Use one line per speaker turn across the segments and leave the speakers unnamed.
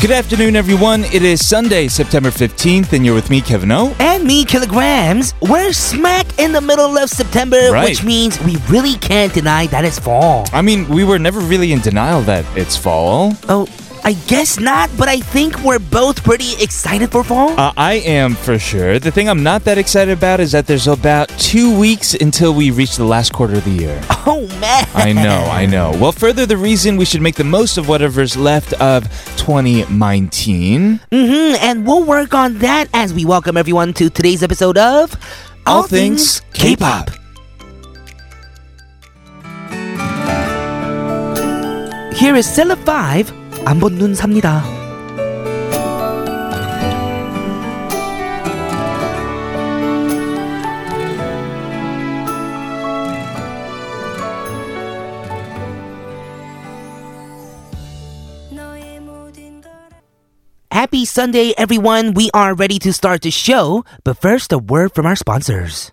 Good afternoon, everyone. It is Sunday, September 15th, and you're with me, Kevin O.
And me, Kilograms. We're smack in the middle of September,
Right.
which means we really can't deny that it's fall.
I mean, we were never really in denial that it's fall.
Oh, I guess not, but I think we're both pretty excited for fall.
Uh, I am for sure. The thing I'm not that excited about is that there's about two weeks until we reach the last quarter of the year.
oh, man.
I know, I know. Well, further, the reason we should make the most of whatever's left of 2019.
hmm and we'll work on that as we welcome everyone to today's episode of
All Things K-Pop.
Here is Cella 5, 안본 눈 삽니다.
너의 모든 걸
Happy Sunday, everyone. We are ready to start the show, but first, a word from our sponsors.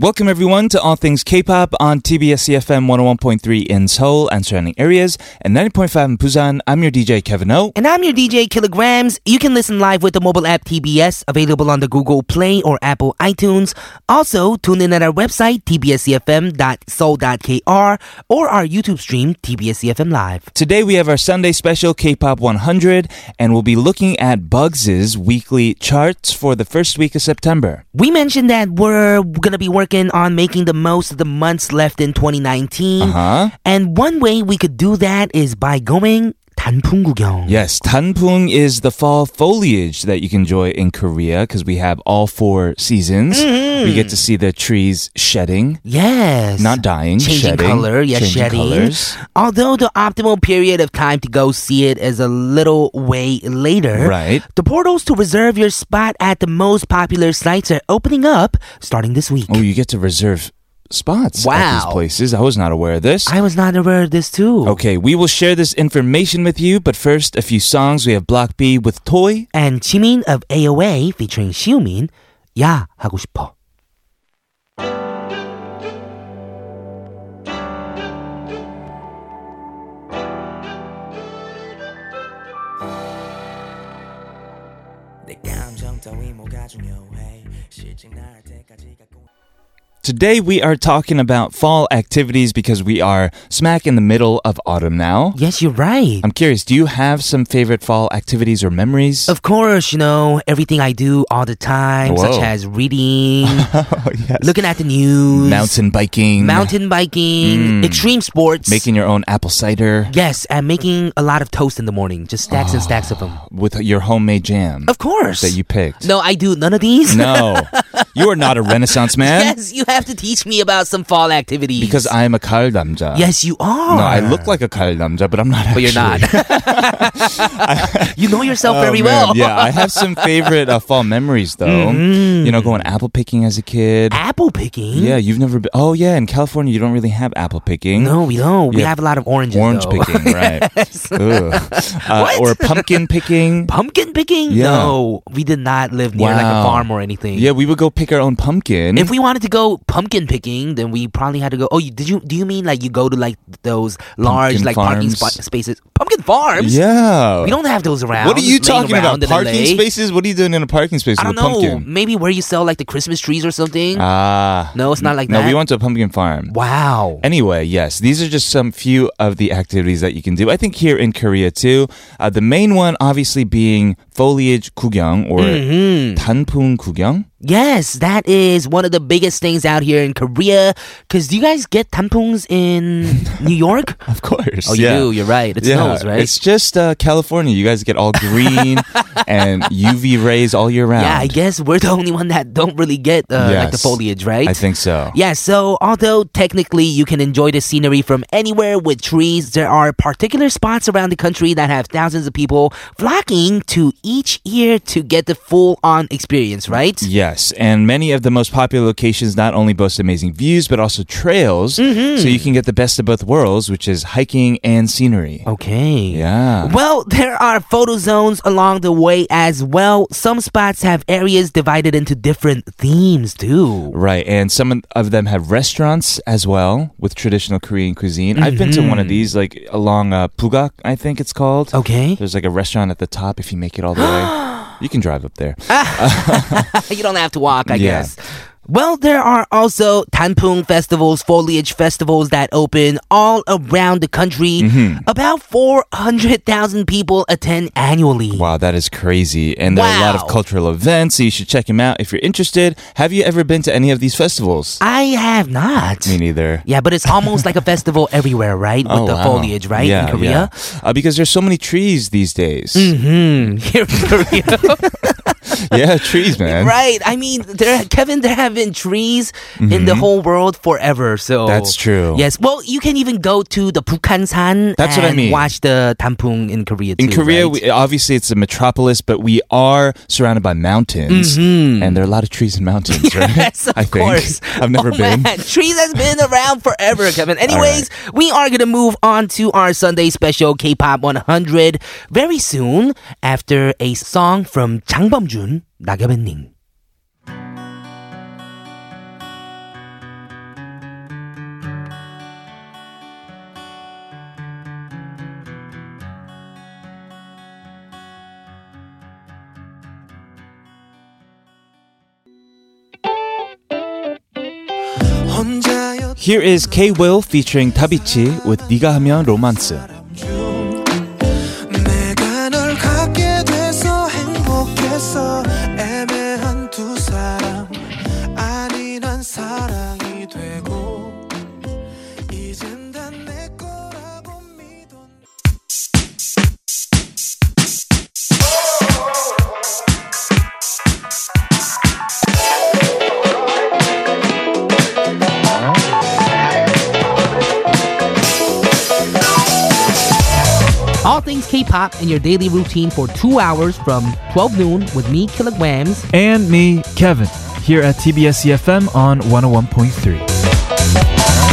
Welcome everyone to All Things K-pop on TBS EFM 101.3 in Seoul and surrounding areas and 90.5 in Busan. I'm your DJ Kevin O.
And I'm your DJ Kilograms. You can listen live with the mobile app TBS, available on the Google Play or Apple iTunes. Also, tune in at our website, tbscfm.soul.kr, or our YouTube stream, TBSCFM E Live.
Today we have our Sunday special K-pop 100 and we'll be looking at Bugs' weekly charts for the first week of September.
We mentioned that we're going to be working on making the most of the months left in 2019.
Uh-huh.
And one way we could do that is by going 단풍 구경.
Yes, tanpung is the fall foliage that you can enjoy in Korea because we have all four seasons. We get to see the trees shedding,
Mm-hmm. Yes.
not dying,
changing
shedding,
color, yes,
changing
shedding.
colors.
Although the optimal period of time to go see it is a little way later.
Right.
The portals to reserve your spot at the most popular sites are opening up starting this week.
Oh, you get to reserve spots at these
Wow.
places. I was not aware of this.
I was not aware of this too.
okay, we will share this information with you, but first, a few songs. We have Block B with Toy.
And Jimin of AOA featuring Xiumin, 야 하고 싶어.
내 감정 따위 뭐가 중요해 실증 나을 때까지 갖고
Today, we are talking about fall activities because we are smack in the middle of autumn now.
Yes, you're right.
I'm curious, do you have some favorite fall activities or memories?
Of course, you know, everything I do all the time, such
Whoa.
as reading,
Oh, yes.
looking at the news,
Mountain biking.
mountain biking, extreme sports.
Making your own apple cider
Yes, and making a lot of toast in the morning, just stacks and stacks of them.
with your homemade jam
Of course.
Oh. that you picked.
no, I do none of these.
No. you are not a renaissance man.
yes, you have to teach me about some fall activities.
Because I am a 가을 남자.
Yes, you are.
No, I look like a 가을 남자, but I'm not.
But you're not.
actually.
you know yourself
Oh,
very
man.
well.
Yeah, I have some favorite uh, fall memories though.
Mm-hmm.
You know, going apple picking as a kid.
Apple picking?
Yeah, you've never been. Oh yeah, in California you don't really have apple picking.
No, we don't. We
Yeah.
have a lot of oranges.
Orange
though.
picking, right? Ugh. Uh,
What?
Or pumpkin picking.
Pumpkin picking?
Yeah.
No, we did not live near like a
Wow.
farm or anything.
Yeah, we would go pick our own pumpkin.
If we wanted to go pumpkin picking, then we probably had to go. Oh, you, did you? Do you mean like you go to like those large
Pumpkin
like parking
farms.
spot spaces? Pumpkin farms?
yeah.
We don't have those around.
what are you
laying
talking about?
around in
Parking
LA.
spaces? What are you doing in a parking space
I don't
with a
know.
pumpkin?
Maybe where you sell like the Christmas trees or something.
Ah.
no, it's not like
No,
that.
we went to a pumpkin farm.
wow.
Anyway, yes, these are just some few of the activities that you can do. I think here in Korea too. Uh, the main one, obviously, being foliage 구경 or
Mm.
단풍 구경.
Mm-hmm. Yes, that is one of the biggest things out here in Korea. Cause do you guys get tampongs in New York?
Of course.
Oh, you do. You're right. It snows, right?
It's just uh, California. You guys get all green and UV rays all year round.
Yeah, I guess we're the only one that don't really get uh, like the
Yes.
foliage, right?
I think so.
Yeah, so although technically you can enjoy the scenery from anywhere with trees, there are particular spots around the country that have thousands of people flocking to each year to get the full on experience, right?
Yes, and many of the most popular locations not only boast amazing views but also trails,
Mm-hmm.
so you can get the best of both worlds, which is hiking and scenery.
Oh. Okay.
Yeah.
Well, there are photo zones along the way as well. Some spots have areas divided into different themes, too.
Right, and some of them have restaurants as well with traditional Korean cuisine. I've been to one
Mm-hmm.
of these, like along uh, Pugak, I think it's called.
Okay.
There's like a restaurant at the top if you make it all the way. You can drive up there.
you don't have to walk, I
Yeah.
guess. Well, there are also tanpung festivals, foliage festivals that open all around the country.
Mm-hmm.
About 400,000 people attend annually.
Wow, that is crazy. And there are a lot of
Wow.
cultural events, so you should check them out if you're interested. Have you ever been to any of these festivals?
I have not.
Me neither.
yeah, but it's almost like a festival everywhere, right?
Oh,
With the
wow.
foliage, right?
Yeah,
in Korea?
yeah. Uh, because there's so many trees these days.
Hmm, here in Korea.
yeah, trees, man.
Right. I mean, there, Kevin, there have been trees in the whole world forever. So
Mm-hmm. That's true.
Yes. Well, you can even go to the Bukhansan.
That's what I mean.
and Watch the Tampung in Korea.
In
too,
Korea,
right?
we, obviously it's a metropolis, but we are surrounded by mountains, and there are a lot of trees and mountains, right?
Mm-hmm. Yes, of
I think.
course.
I've never
oh,
been.
Man. Trees has been around forever, Kevin. Anyways, we are gonna move on to our Sunday special K-pop 100 very soon after a song from Jang Jun 나가면님.
혼자였던
Here is K Will featuring Tabichi with 네가 하면 로만스.
사람 중 내가 널 갖게 돼서 행복했어 애매한 두 사람 아닌 한 사랑이 되고 이젠 단 내 거라고 믿었
All things K-pop in your daily routine for two hours from 12 noon with me, Kilograms.
and me, Kevin, here at TBS EFM E on 101.3.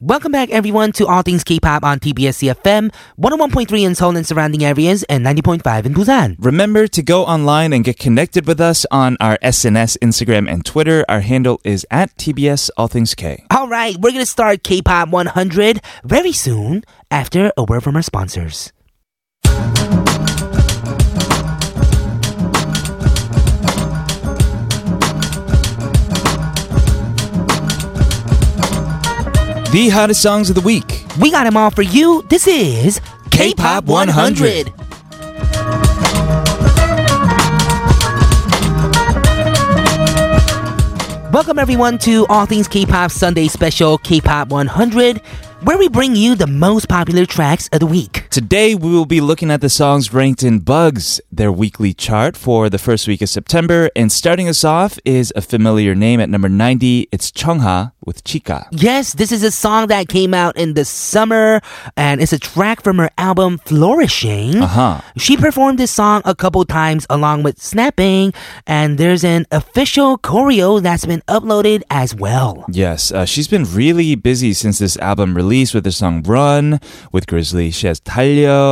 Welcome back, everyone, to All Things K-pop on TBS CFM, 101.3 in Seoul and surrounding areas, and 90.5 in Busan.
Remember to go online and get connected with us on our SNS, Instagram, and Twitter. Our handle is at TBS All Things K.
All right, we're gonna start K-pop 100 very soon after a word from our sponsors.
The hottest songs of the week.
We got them all for you. This is
K-pop 100.
Welcome everyone to All Things K-pop Sunday Special K-pop 100, where we bring you the most popular tracks of the week.
Today, we will be looking at the songs ranked in Bugs, their weekly chart for the first week of September. And starting us off is a familiar name at number 90. It's Chungha with Chica.
Yes, this is a song that came out in the summer, and it's a track from her album Flourishing.
Uh huh.
She performed this song a couple times along with snapping, and there's an official choreo that's been uploaded as well.
Yes, uh, she's been really busy since this album release with her song Run with Grizzly. She has Talio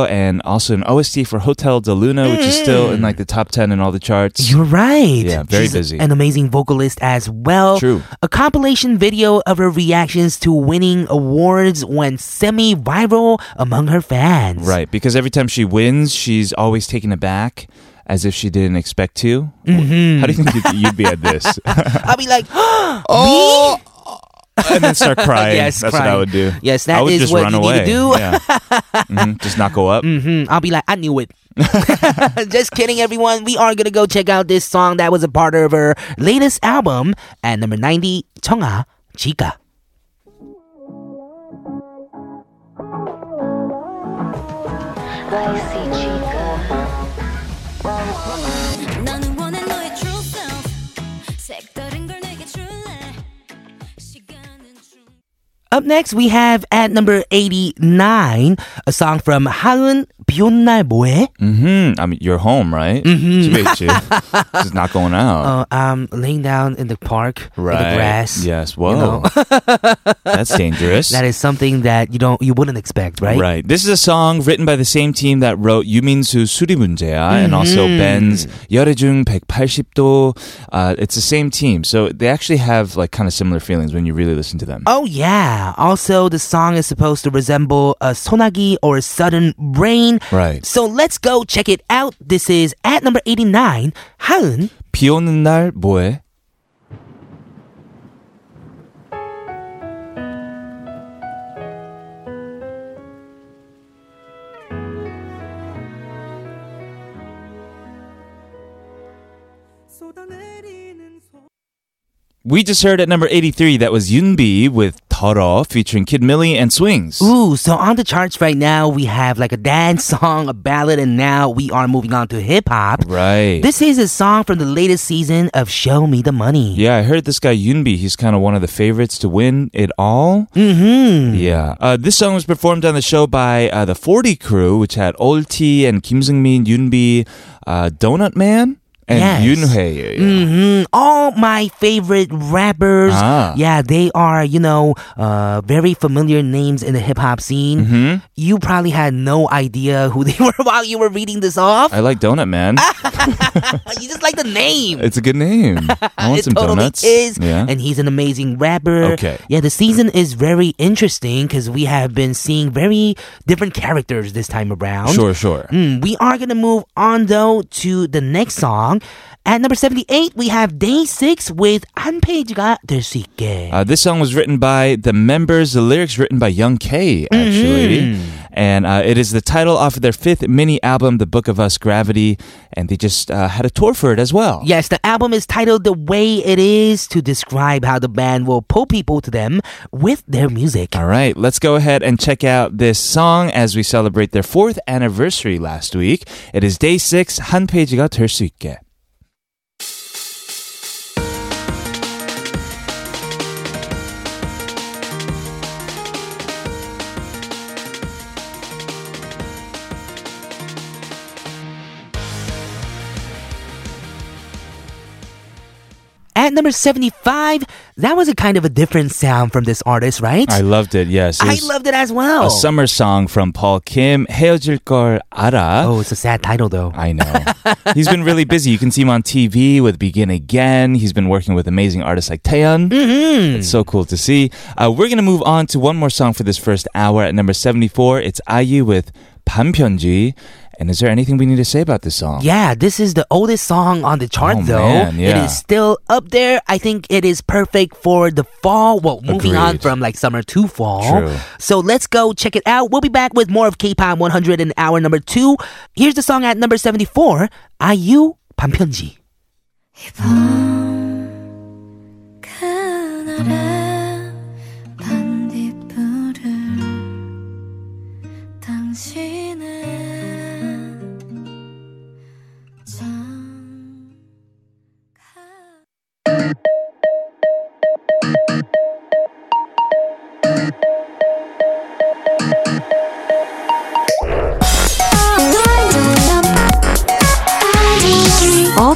and also an OST for Hotel de Luna, which is still in like the top 10 in all the charts.
You're right.
Yeah, very
She's
busy.
An amazing vocalist as well.
True.
A compilation video of her reactions to winning awards went semi viral among her fans.
Right, because every time she wins, she's always taken aback as if she didn't expect to.
Mm-hmm.
How do you think you'd- you'd be at this?
I'll be like,
oh! And then start crying.
Yes,
That's what I
crying.
would do.
Yes,
I
that
would
is
just
what
run
you
away.
need to do.
Yeah. Mhm, Just not go up.
Mm, I'll be like, I knew it. Just kidding, everyone. We are gonna go check out this song that was a part of her latest album at number 90, 청아, Chica.
나는 원해 너의 true self 색다른 걸 내게 줄래
Up next, we have at number 89, a song from 하은 비온 날 뭐해?
hmm I mean, you're home, right? Mm-hmm. Just not going out.
Uh, I'm laying down in the park,
right.
in the grass.
Yes. Whoa. That's dangerous.
That is something that you don't, you wouldn't expect, right?
This is a song written by the same team that wrote 유민수's 수리 문제야
Mm-hmm.
and also Ben's 열애중 180도. Uh, it's the same team. So they actually have like kind of similar feelings when you really listen to them.
Oh yeah. Also, the song is supposed to resemble a sonagi or sudden rain.
Right.
So let's go check it out. This is at number 89, 하은.
비 오는 날 뭐해? We just heard at number 83 that was Yunbi with 더러 featuring Kid Millie and Swings.
Ooh, so on the charts right now, we have like a dance song, a ballad, and now we are moving on to hip hop.
Right.
This is a song from the latest season of Show Me the Money.
Yeah, I heard this guy Yunbi. He's kind of one of the favorites to win it all. Mm-hmm. Yeah. Uh, this song was performed on the show by uh, the 40 crew, which had Ol T and Kim Seung Min, Yunbi, uh, Donut Man, and
Yes.
Yunhei. Yeah, yeah.
hmm All my favorite rappers.
Ah.
Yeah, they are, you know, uh, very familiar names in the hip hop scene. You probably had no idea who they were while you were reading this off.
I like Donut Man.
Ah. you just like the name.
it's a good name. I want
it
some
totally
donuts.
is.
Yeah.
And he's an amazing rapper.
Okay.
Yeah, the season is very interesting because we have been seeing very different characters this time around.
sure, sure.
Mm, we are going to move on, though, to the next song. At number 78, we have Day 6 with 한 페이지가 될 수 있게.
Uh, this song was written by the members, the lyrics written by Young K, actually.
Mm-hmm.
And uh, it is the title off of their fifth mini album, The Book of Us Gravity. And they just uh, had a tour for it as well.
Yes, the album is titled The Way It Is to describe how the band will pull people to them with their music.
All right, let's go ahead and check out this song as we celebrate their fourth anniversary last week. It is day six, 한 페이지가 될수 있게.
At number 75, that was a kind of a different sound from this artist, right?
I loved it, yes. It
I
was
loved it as well.
A summer song from Paul Kim, 헤어질 걸 알아.
oh, it's a sad title, though.
I know. He's been really busy. You can see him on TV with Begin Again. He's been working with amazing artists like Taeyeon. Mm-hmm. It's so cool to see. Uh, we're going to move on to one more song for this first hour at number 74. It's IU with 반편지. And is there anything we need to say about this song?
Yeah, this is the oldest song on the chart,
Oh,
though.
man, yeah.
It is still up there. I think it is perfect for the fall. Well, moving on
Agreed.
from like summer to fall.
True.
So let's go check it out. We'll be back with more of K-pop 100 in hour number two. Here's the song at number 74, IU 반편지.
그날의 반딧불을 당신은 참
All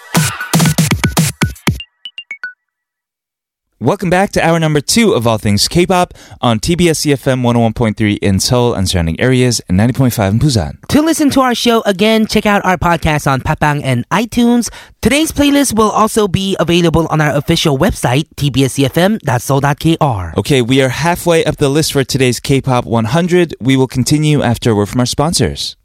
Welcome back to hour number two of All Things K-Pop on TBS CFM 101.3 in Seoul and surrounding areas and 90.5 in Busan.
To listen to our show again, check out our podcast on Papang and iTunes. Today's playlist will also be available on our official website, E tbscfm.soul.kr.
Okay, we are halfway up the list for today's K-Pop 100. We will continue after a word from our sponsors.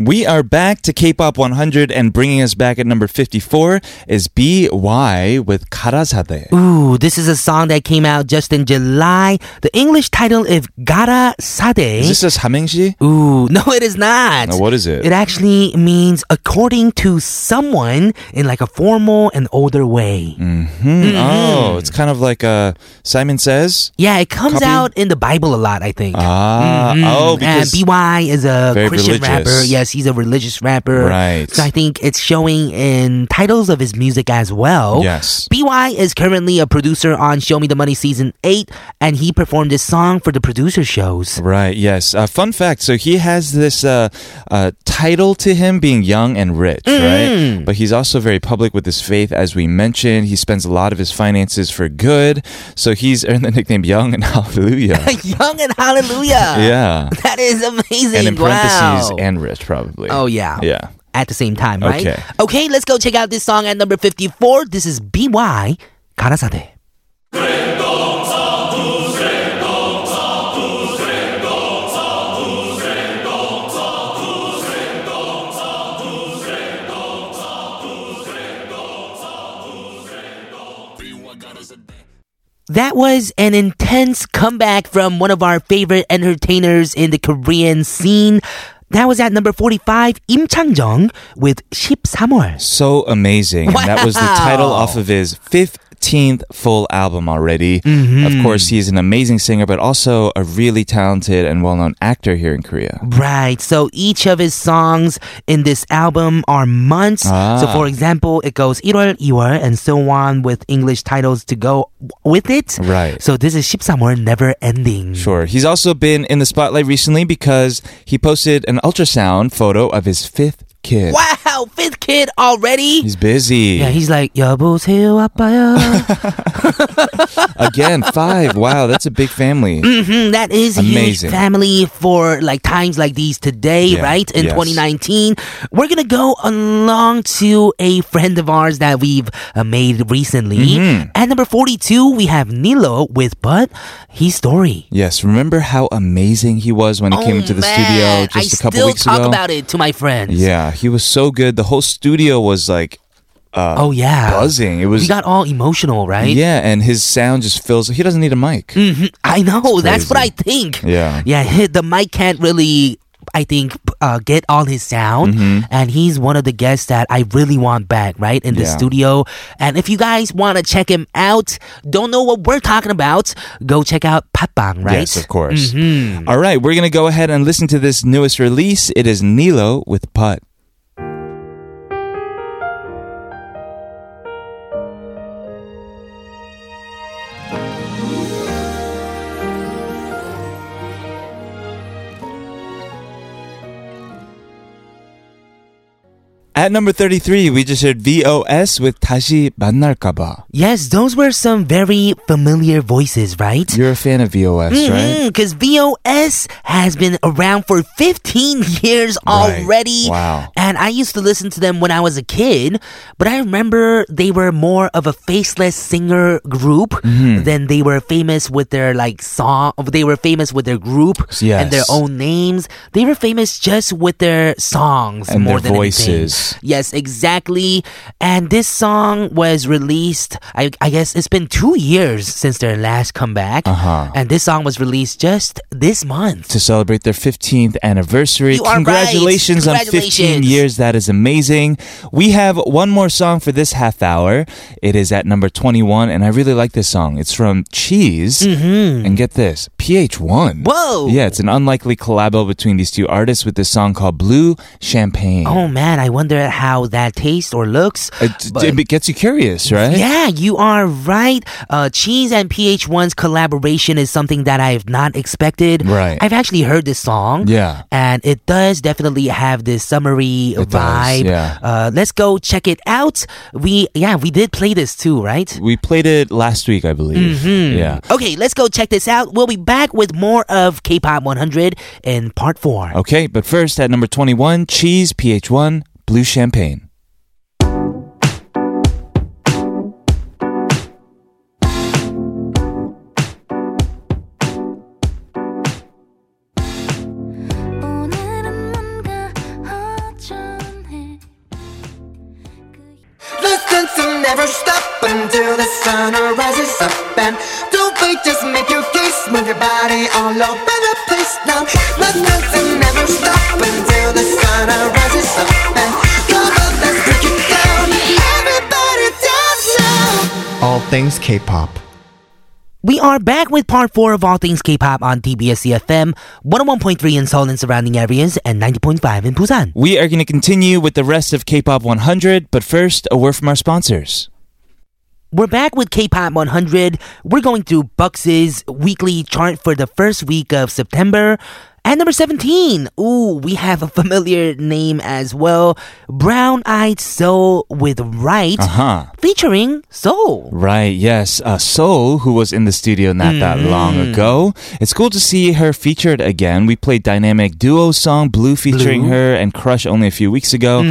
We are back to K-pop 100 and bringing us back at number 54 is BY with Karazade.
Ooh, this is a song that came out just in July. The English title is Gara Sade.
Is this a 삼행시?
Ooh, no, it is not.
No, what is it?
It actually means according to someone in like a formal and older way.
Hmm,
Mm-hmm.
Oh, it's kind of like uh, Simon Says.
Yeah, it comes
Copy?
out in the Bible a lot, I think.
Ah, oh, because
Mm-hmm. and BY is a
Very
Christian rapper.
religious.
Yes, he's a religious rapper.
Right.
So I think it's showing in titles of his music as well.
Yes.
BY is currently a producer on Show Me the Money season 8 and he performed this song for the producer shows.
Right, yes. Uh, fun fact so he has this uh, uh, title to him being young and rich,
Mm-hmm.
right? But he's also very public with his faith, as we mentioned. He spends a lot of his finances for good. So he's earned the nickname Young and Hallelujah.
Young and hallelujah.
yeah.
That is amazing.
And in parentheses,
wow.
and rich, probably.
Oh yeah.
Yeah.
At the same time, right?
Okay.
Okay, let's go check out this song at number 54. This is BY 가라사대. That was an intense comeback from one of our favorite entertainers in the Korean scene. That was at number 45, Im Chang-jung with 13월.
So amazing. And that was the title
Wow.
off of his 15th full album already.
Mm-hmm.
Of course, he's an amazing singer, but also a really talented and well known actor here in Korea.
Right. So each of his songs in this album are months. So
Ah.
for example, it goes 1월, 2월, and so on with English titles to go w- with it.
Right.
So this is 13월 never ending.
Sure. He's also been in the spotlight recently because he posted an ultrasound photo of his fifth kid.
Wow, fifth kid already?
He's busy.
yeah, he's like, 여보세요, 아빠야.
Again, five. Wow, that's a big family.
Mm, that is a
Amazing.
huge family for like times like these today,
Yeah,
right? In
yes.
2019, we're gonna go along to a friend of ours that we've uh, made recently.
Mm-hmm.
At number 42, we have Nilo with "But His Story."
Yes, remember how amazing he was when he came
Oh,
into the
man,
studio just
I
a couple
still
weeks
talk
ago?
about it to my friends.
Yeah, he was so good. The whole studio was like
oh yeah,
buzzing. It was
we got all emotional, right? Mm.
Yeah, and his sound just fills. He doesn't need a mic.
I know. That's what I
crazy.
think.
Yeah.
Yeah. he- The mic can't really, I think, p- uh, get all his sound.
Mm-hmm.
And he's one of the guests that I really want back, right? In the
Yeah.
studio. And if you guys want to check him out, don't know what we're talking about, go check out Patbang, right? Mm-hmm.
Yes, of course. All right, we're gonna go ahead and listen to this newest release. It is Nilo with Putt. At number 33, we just heard VOS with 다시 만날까봐.
Yes, those were some very familiar voices, right?
You're a fan of VOS,
Mm-hmm.
right?
Because VOS has been around for 15 years
Right.
already.
Wow.
And I used to listen to them when I was a kid, but I remember they were more of a faceless singer group
Mm-hmm.
than they were famous with their like song. They were famous with their group and
Yes.
their own names. They were famous just with their songs
And
more
their
than anything.
voices.
Yes, exactly. And this song was released, I, I guess it's been two years since their last comeback.
Uh-huh.
And this song was released just this month.
to celebrate their 15th anniversary.
You are
Congratulations,
right.
on 15
Congratulations.
years. That is amazing. We have one more song for this half hour. It is at number 21, and I really like this song. It's from Cheese. And get this PH1.
Mm-hmm. Whoa!
Yeah, it's an unlikely collabo between these two artists with this song called Blue Champagne.
Oh man, I wonder how that tastes or looks.
It,
but-
it gets you curious, right?
Yeah, you are right. Uh, Cheese and PH1's collaboration is something that I've not expected.
Right.
I've actually heard this song.
Yeah.
And it does definitely have this summery
It does,
vibe.
yeah.
Uh, let's go check it out. We yeah, we did play this too, right?
We played it last week, I believe.
Mm-hmm.
Yeah.
Okay, let's go check this out. We'll be back with more of K-pop 100 in part 4.
Okay, but first at number 21, Cheese PH1 Blue Champagne.
오늘은 뭔가
never stop until the sun rises up and don't wait, just make your case, move your body all over the place now. Let nothing never stop until the sun rises up and come on, let's break it down. Everybody dance now. All things K-pop.
We are back with part 4 of All Things K-Pop on TBS EFM, 101.3 in Seoul and surrounding areas, and 90.5 in Busan.
We are going to continue with the rest of K-pop 100, but first, a word from our sponsors.
We're back with K-Pop 100. We're going through Bucks' weekly chart for the first week of September. At number 17, ooh, we have a familiar name as well. Brown Eyed Soul with Right,
Uh-huh.
featuring Soul.
Right, yes. Uh, Soul, who was in the studio not that long ago. It's cool to see her featured again. We played Dynamic Duo song, Blue Mm-hmm. featuring her, and Crush only a few weeks ago.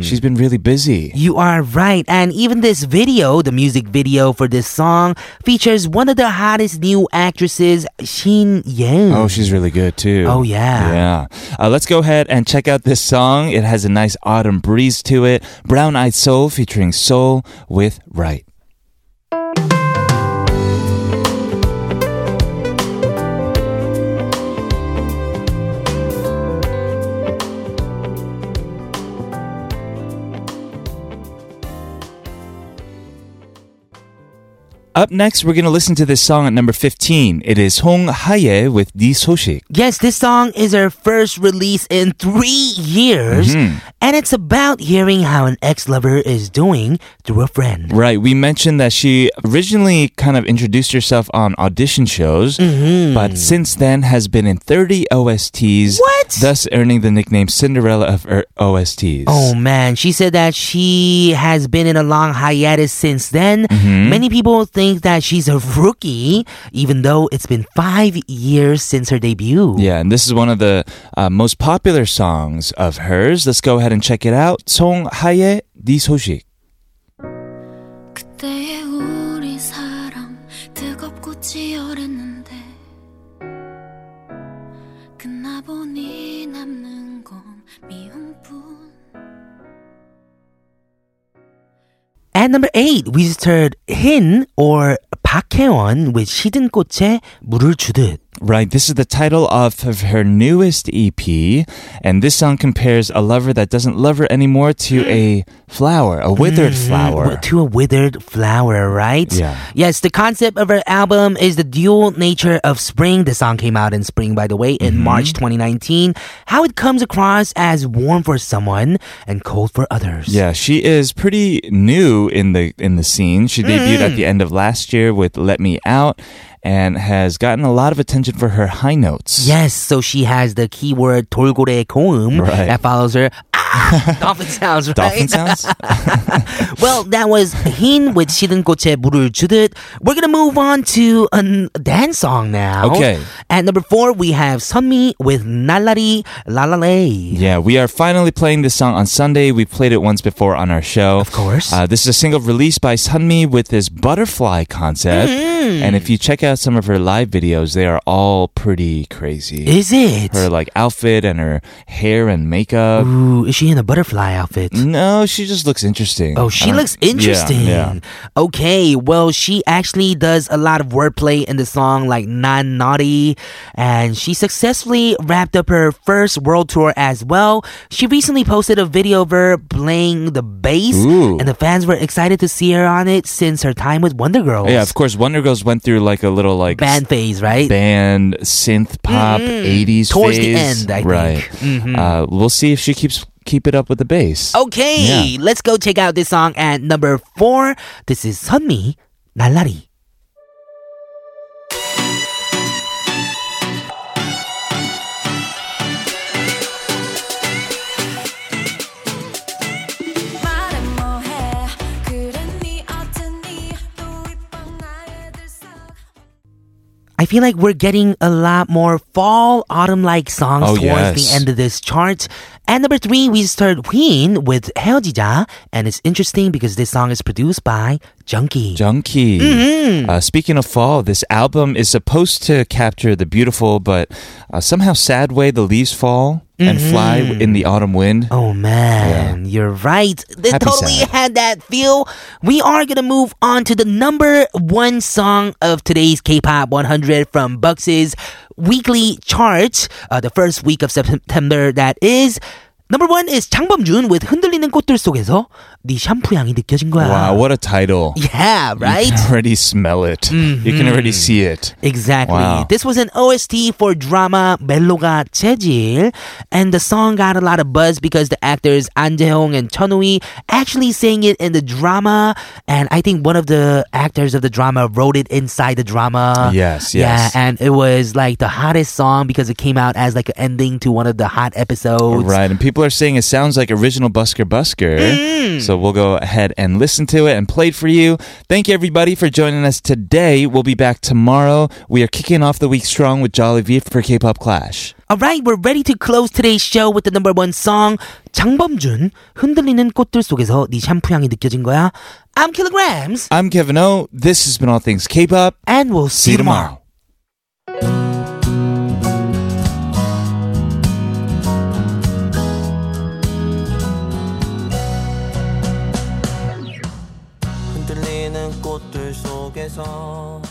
She's been really busy.
You are right. And even this video, the music video for this song, features one of the hottest new actresses, Shin Yeon.
Oh, she's really good too.
Oh, yeah.
Yeah. Uh, let's go ahead and check out this song. It has a nice autumn breeze to it. Brown Eyed Soul featuring Soul with Right. Up next, we're going to listen to this song at number 15. It is Hong Haye with Ni Soshik.
Yes, this song is her first release in three years,
Mm-hmm.
and it's about hearing how an ex lover is doing through a friend.
Right. We mentioned that she originally kind of introduced herself on audition shows,
Mm-hmm.
but since then has been in 30 OSTs.
What?
Thus earning the nickname Cinderella of er- OSTs.
Oh man, she said that she has been in a long hiatus since then.
Mm-hmm.
Many people think that she's a rookie, even though it's been five years since her debut.
Yeah, and this is one of the uh, most popular songs of hers. Let's go ahead and check it out. Song Haye, Ni Soshik.
그때의 우리 사랑 뜨겁고 치열했는데 끝나보니 남는 건 미움뿐
At number eight, we just heard Hin or Park Hye-won with 시든 꽃에 물을 주듯.
Right, this is the title of, of her newest EP, and this song compares a lover that doesn't love her anymore to
Mm-hmm.
a flower, a withered flower.
W- to a withered flower, right?
Yeah.
Yes, the concept of her album is the dual nature of spring. The song came out in spring, by the way, in
Mm-hmm.
March 2019. How it comes across as warm for someone and cold for others.
Yeah, she is pretty new in the in the scene. She debuted
Mm.
at the end of last year with "Let Me Out," and has gotten a lot of attention for her high notes.
Yes, so she has the keyword 돌고래 고음
Right.
that follows her. Ah, dolphin sounds, right?
dolphin sounds.
well, that was Hin with 시든 꽃에 물을 주듯. We're gonna move on to a dance song now.
Okay.
At number four, we have Sunmi with Nalari Lalale.
yeah, we are finally playing this song on Sunday. We played it once before on our show.
Of course.
Uh, this is a single released by Sunmi with this butterfly concept.
Mm.
And if you check out some of her live videos, they are all pretty crazy.
Is it?
her like outfit and her hair and makeup.
Ooh, is she in a butterfly outfit?
No, she just looks interesting.
Oh,
I
she
don't-
looks
Uh, Yeah,
interesting.
yeah.
Okay, well, she actually does a lot of wordplay in the song, like non naughty, and she successfully wrapped up her first world tour as well. She recently posted a video of her playing the bass,
Ooh.
and the fans were excited to see her on it since her time with Wonder Girls.
Oh, Yeah, of course. Wonder Girls went through like a little like
Band phase, right?
band synth pop '80s
Towards the
phase.
end, I think.
right.
Mm-hmm.
Uh, we'll see if she keeps keep it up with the bass.
Oh. Okay,
Yeah.
let's go check out this song at number four. This is Sunmi Nalari.
말해 뭐해 그랬니 어쩌니 또 입방 나의 들썩
I feel like we're getting a lot more fall, autumn like songs
Oh,
towards
yes.
the end of this chart. And number three, we start Ween with 헤어지자. And it's interesting because this song is produced by Junkie.
Junkie.
Mm-hmm.
Uh, speaking of fall, this album is supposed to capture the beautiful but uh, somehow sad way the leaves fall. and fly in the autumn wind.
Mm-hmm. Oh man, you're right. They
Happy
totally
sad.
had that feel. We are gonna move on to the number one song of today's K-pop 100 from Bucks' weekly chart, uh, the first week of September. That is number one is 장범준 with 흔들리는 꽃들 속에서 네 샴푸 향이 느껴진 거야.
Wow, what a title.
Yeah,
You
right.
can already smell it. You can already
Mm-hmm.
see it.
Exactly.
Wow.
This was an OST for drama 멜로가 체질, and the song got a lot of buzz because the actors An Jae-hong and Chun Wi actually sang it in the drama, and I think one of the actors of the drama wrote it inside the drama.
Yes, yes.
Yeah, and it was like the hottest song because it came out as like an ending to one of the hot episodes.
Right, and people are saying it sounds like original Busker Busker. So we'll go ahead and listen to it and play it for you. Thank you, everybody, for joining us today. We'll be back tomorrow. We are kicking off the week strong with Jolly V for K pop Clash.
All right, we're ready to close today's show with the number one song, 장범준 흔들리는 꽃들 속에서 네 샴푸 향이 느껴진 거야. I'm Kilograms.
I'm Kevin O. This has been All Things K pop.
and we'll
See you tomorrow.
흔들리는 꽃들 속에서